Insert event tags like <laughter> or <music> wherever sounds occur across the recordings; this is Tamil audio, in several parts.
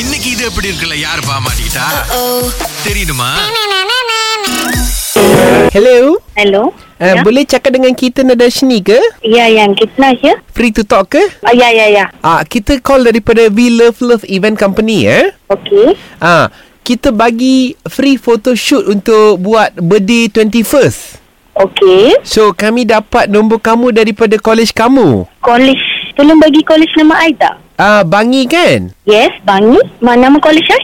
இன்னைக்கு இது எப்படி இருக்குல்ல யார் பாமாட்டா தெரியுமா Hello. Hello. Uh, yeah. Boleh cakap dengan kita Nadarshini ke? Ya, yang Kitna here. Free to talk ke? Ah, ya, ya, ya. Ah, kita call daripada We Love Love Event Company eh. Okey. Ah, kita bagi free photo shoot untuk buat birthday 21st. Okey. So kami dapat nombor kamu daripada college kamu. College. Tolong bagi college nama I tak? Ah, Bangi kan? Yes, Bangi. Mana nama college I?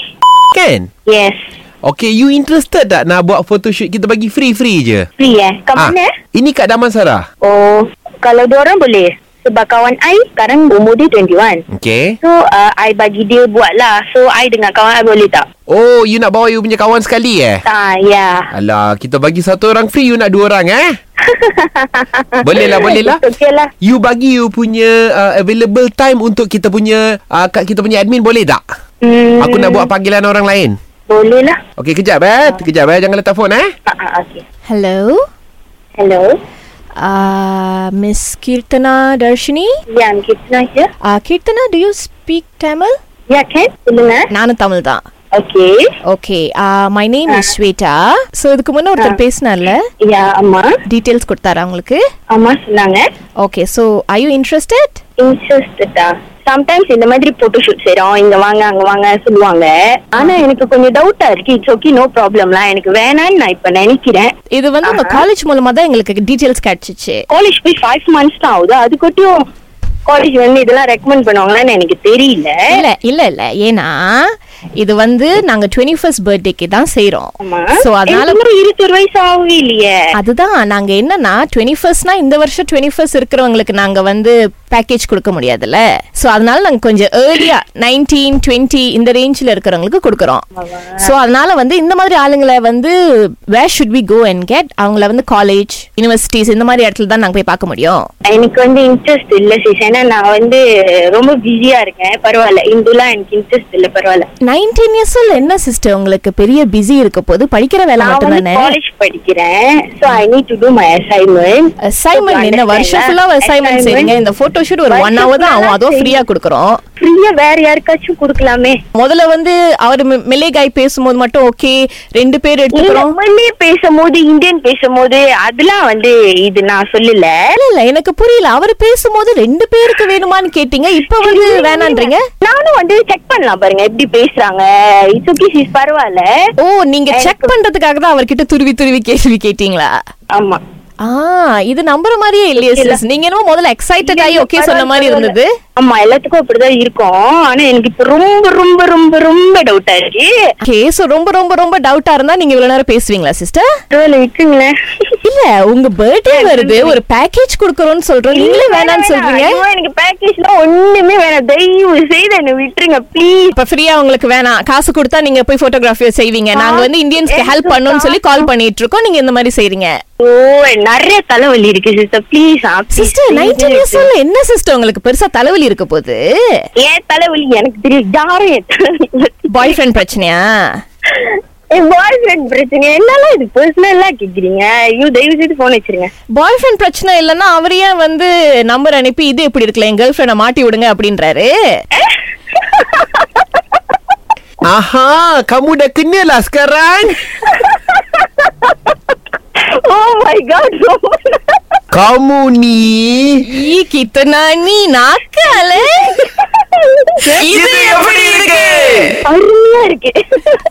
Kan? Yes. Okay, you interested tak nak buat photo shoot? Kita bagi free-free je. Free eh? Kat Ah, mana eh? Ini kat Damansara. Oh, kalau dua orang boleh. Sebab kawan I sekarang umur dia 21. Okay. So, uh, I bagi dia buat lah. So, I dengan kawan I boleh tak? Oh, you nak bawa you punya kawan sekali eh? Ah, ya. Alah, kita bagi satu orang free, you nak dua orang eh? boleh lah, boleh lah. Okey lah. You bagi you punya uh, available time untuk kita punya uh, kat kita punya admin boleh tak? Hmm, Aku nak buat panggilan orang lain. Boleh lah. Okey, kejap eh. Kejap eh. Jangan letak phone eh. Ah, ah, okey. Hello, Hello. uh, Miss Kirtana Darshini. Yang Kitna Ya, here. Uh, Kirtana, do you speak Tamil? Ya, Ken? Tolong eh? நானும் தமிழ் தான் Okay. Okay my name is Swetha so இதுக்கு முன்னே ஒருத்தர் பேசினார்ல Ya, Amma. டீட்டெயில்ஸ் கொடுத்தாரா உங்களுக்கு Amma senang eh. Okay so I you interested Interested ah. Sometimes இந்த மாதிரி போட்டோஷூட் செய்றோம் இங்க வாங்க அங்க வாங்க சொல்லுவாங்க ஆனா எனக்கு கொஞ்சம் டவுட்டா இருக்கு இட்ஸ் ஓகே நோ ப்ராப்ளம்லாம் எனக்கு வேணான்னு நான் இப்ப நினைக்கிறேன் இது வந்து உங்கள் காலேஜ் மூலமாக தான் எங்களுக்கு டீட்டெயில்ஸ் கிடச்சிச்சு காலேஜ் போய் ஃபைவ் மந்த்ஸ் தான் ஆகுது அதுக்கட்டியும் காலேஜ் வந்து இதெல்லாம் ரெக்கமெண்ட் பண்ணுவாங்களான்னு எனக்கு தெரியல இல்ல இல்ல இல்ல ஏன்னா இது வந்து நாங்க டுவெண்ட்டி ஃபர்ஸ்ட் பர்த்டேக்கு தான் செய்றோம் ஆமா ஸோ அதனால அதனால இருபத்தொரு வயசு ஆகவே இல்லையே அதுதான் நாங்க என்னன்னா டுவெண்ட்டி ஃபர்ஸ்ட்னா இந்த வருஷம் டுவெண்ட்டி ஃபர்ஸ்ட் இருக்கிறவங்களுக்கு நாங்க வந்து பேக்கேஜ் கொடுக்க முடியாதுல்ல ஸோ அதனால நாங்க கொஞ்சம் ஏர்லியா நைன்டீன் டுவெண்ட்டி இந்த ரேஞ்சில் இருக்கிறவங்களுக்கு கொடுக்குறோம் ஸோ அதனால வந்து இந்த மாதிரி ஆளுங்களை வந்து where should we go and get அவங்கள வந்து காலேஜ் யூனிவர்சிட்டிஸ் இந்த மாதிரி இடத்துல தான் நாங்க போய் பார்க்க முடியும் எனக்கு வந்து இன்ட்ரெஸ்ட் இல்ல சிஸ் ஏன்னா நான் வந்து ரொம்ப பிஸியா இருக்கேன் பரவாயில்ல இந்துலாம் எனக்கு இன்ட்ரெஸ்ட் இல்ல பரவாயில்ல நைன்டீன் இயர்ஸ் என்ன சிஸ்டர் உங்களுக்கு பெரிய பிஸி இருக்க போது படிக்கிற வேலை நான் மட்டும் வந்து தானே காலேஜ் படிக்கிறேன் so I need to to my assignment assignment என்ன வருஷம் ஃபுல்லா அசைன்மெண்ட் செய்யுங்க இந்த போட்டோ ஷூட் ஒரு ஒன் hour தான் ஆகும் அதுவும் ஃப்ரீயா கொடுக்குறோம் ஃப்ரீயா வேற யாருக்காச்சும் கொடுக்கலாமே முதல்ல வந்து அவர் மெ- மெல்லிகாய் பேசும்போது மட்டும் ஓகே ரெண்டு பேர் எடுத்துக்கிறோம் நம்மளே பேசும்போது இந்தியன் பேசும்போது அதெல்லாம் வந்து இது நான் சொல்லல இல்ல இல்ல எனக்கு புரியல அவர் பேசும்போது ரெண்டு பேருக்கு வேணுமான்னு கேட்டீங்க இப்ப வந்து வேணான்றீங்க நானும் வந்து செக் பண்ணலாம் பாருங்க எப்படி பேசுறாங்க இட்ஸ் ஓகே சிஸ் பரவாயில்ல ஓ நீங்க செக் பண்றதுக்காக தான் அவர்கிட்ட துருவி துருவி கேள்வி கேட்டீங்களா ஆமா ஆ இது நம்புற மாதிரியே இல்லையே sis. நீங்க என்னமோ முதல்ல எக்ஸைட்டட் ஆகி ஓகே சொன்ன மாதிரி இருந்தது ஆமா எல்லாத்துக்கும் அப்படிதான் இருக்கும் ஆனா எனக்கு இப்ப ரொம்ப ரொம்ப ரொம்ப ரொம்ப டவுட்டா இருக்கு ஓகே சோ ரொம்ப ரொம்ப ரொம்ப டவுட்டா இருந்தா நீங்க இவ்வளவு நேரம் பேசுவீங்களா சிஸ்டர் பரவாயில்ல விட்டுங்களேன் இல்ல உங்க பர்த்டே வருது ஒரு பேக்கேஜ் கொடுக்கறோம்னு சொல்றோம் நீங்களே வேணாம்னு சொல்றீங்க ஐயோ, எனக்கு பேக்கேஜ்லாம் ஒண்ணுமே வேணாம் தயவு செய்து என்னை விட்டுருங்க ப்ளீஸ் இப்ப ஃப்ரீயா உங்களுக்கு வேணாம் காசு கொடுத்தா நீங்க போய் போட்டோகிராஃபி செய்வீங்க நாங்க வந்து இந்தியன்ஸ்க்கு ஹெல்ப் பண்ணணும்னு சொல்லி கால் பண்ணிட்டு இருக்கோம் நீங்க இந்த மாதிரி செய்றீங்க ஓ நிறைய தலைவலி இருக்கு sister please sister nineteen years உள்ள என்ன சிஸ்டர் உங்களுக்கு பெருசா தலைவலி இருக்க போகுது ஏன் தலைவலி எனக்கு தெரியும் யாரும் என் தலைவலி பத்தி- பாய் ஃப்ரெண்ட் பிரச்சனையா என் பாய் ஃப்ரெண்ட் பிரச்சனை என்னெல்லாம் இது பர்சனலா கேக்குறீங்க ஐயோ தயவு செய்து போன் வச்சிருங்க பாய் ஃப்ரெண்ட் பிரச்சனை இல்லைன்னா அவர் ஏன் வந்து நம்பர் அனுப்பி இது எப்படி இருக்கல என் கேர்ள் ஃப்ரெண்டை மாட்டி விடுங்க அப்படின்றாரு Aha, kamu dah kena lah sekarang. Oh my God Kamu ni ஈ கித்தனா நீ நாக்கால <laughs> இது எப்படி இருக்கு அருமையா இருக்கு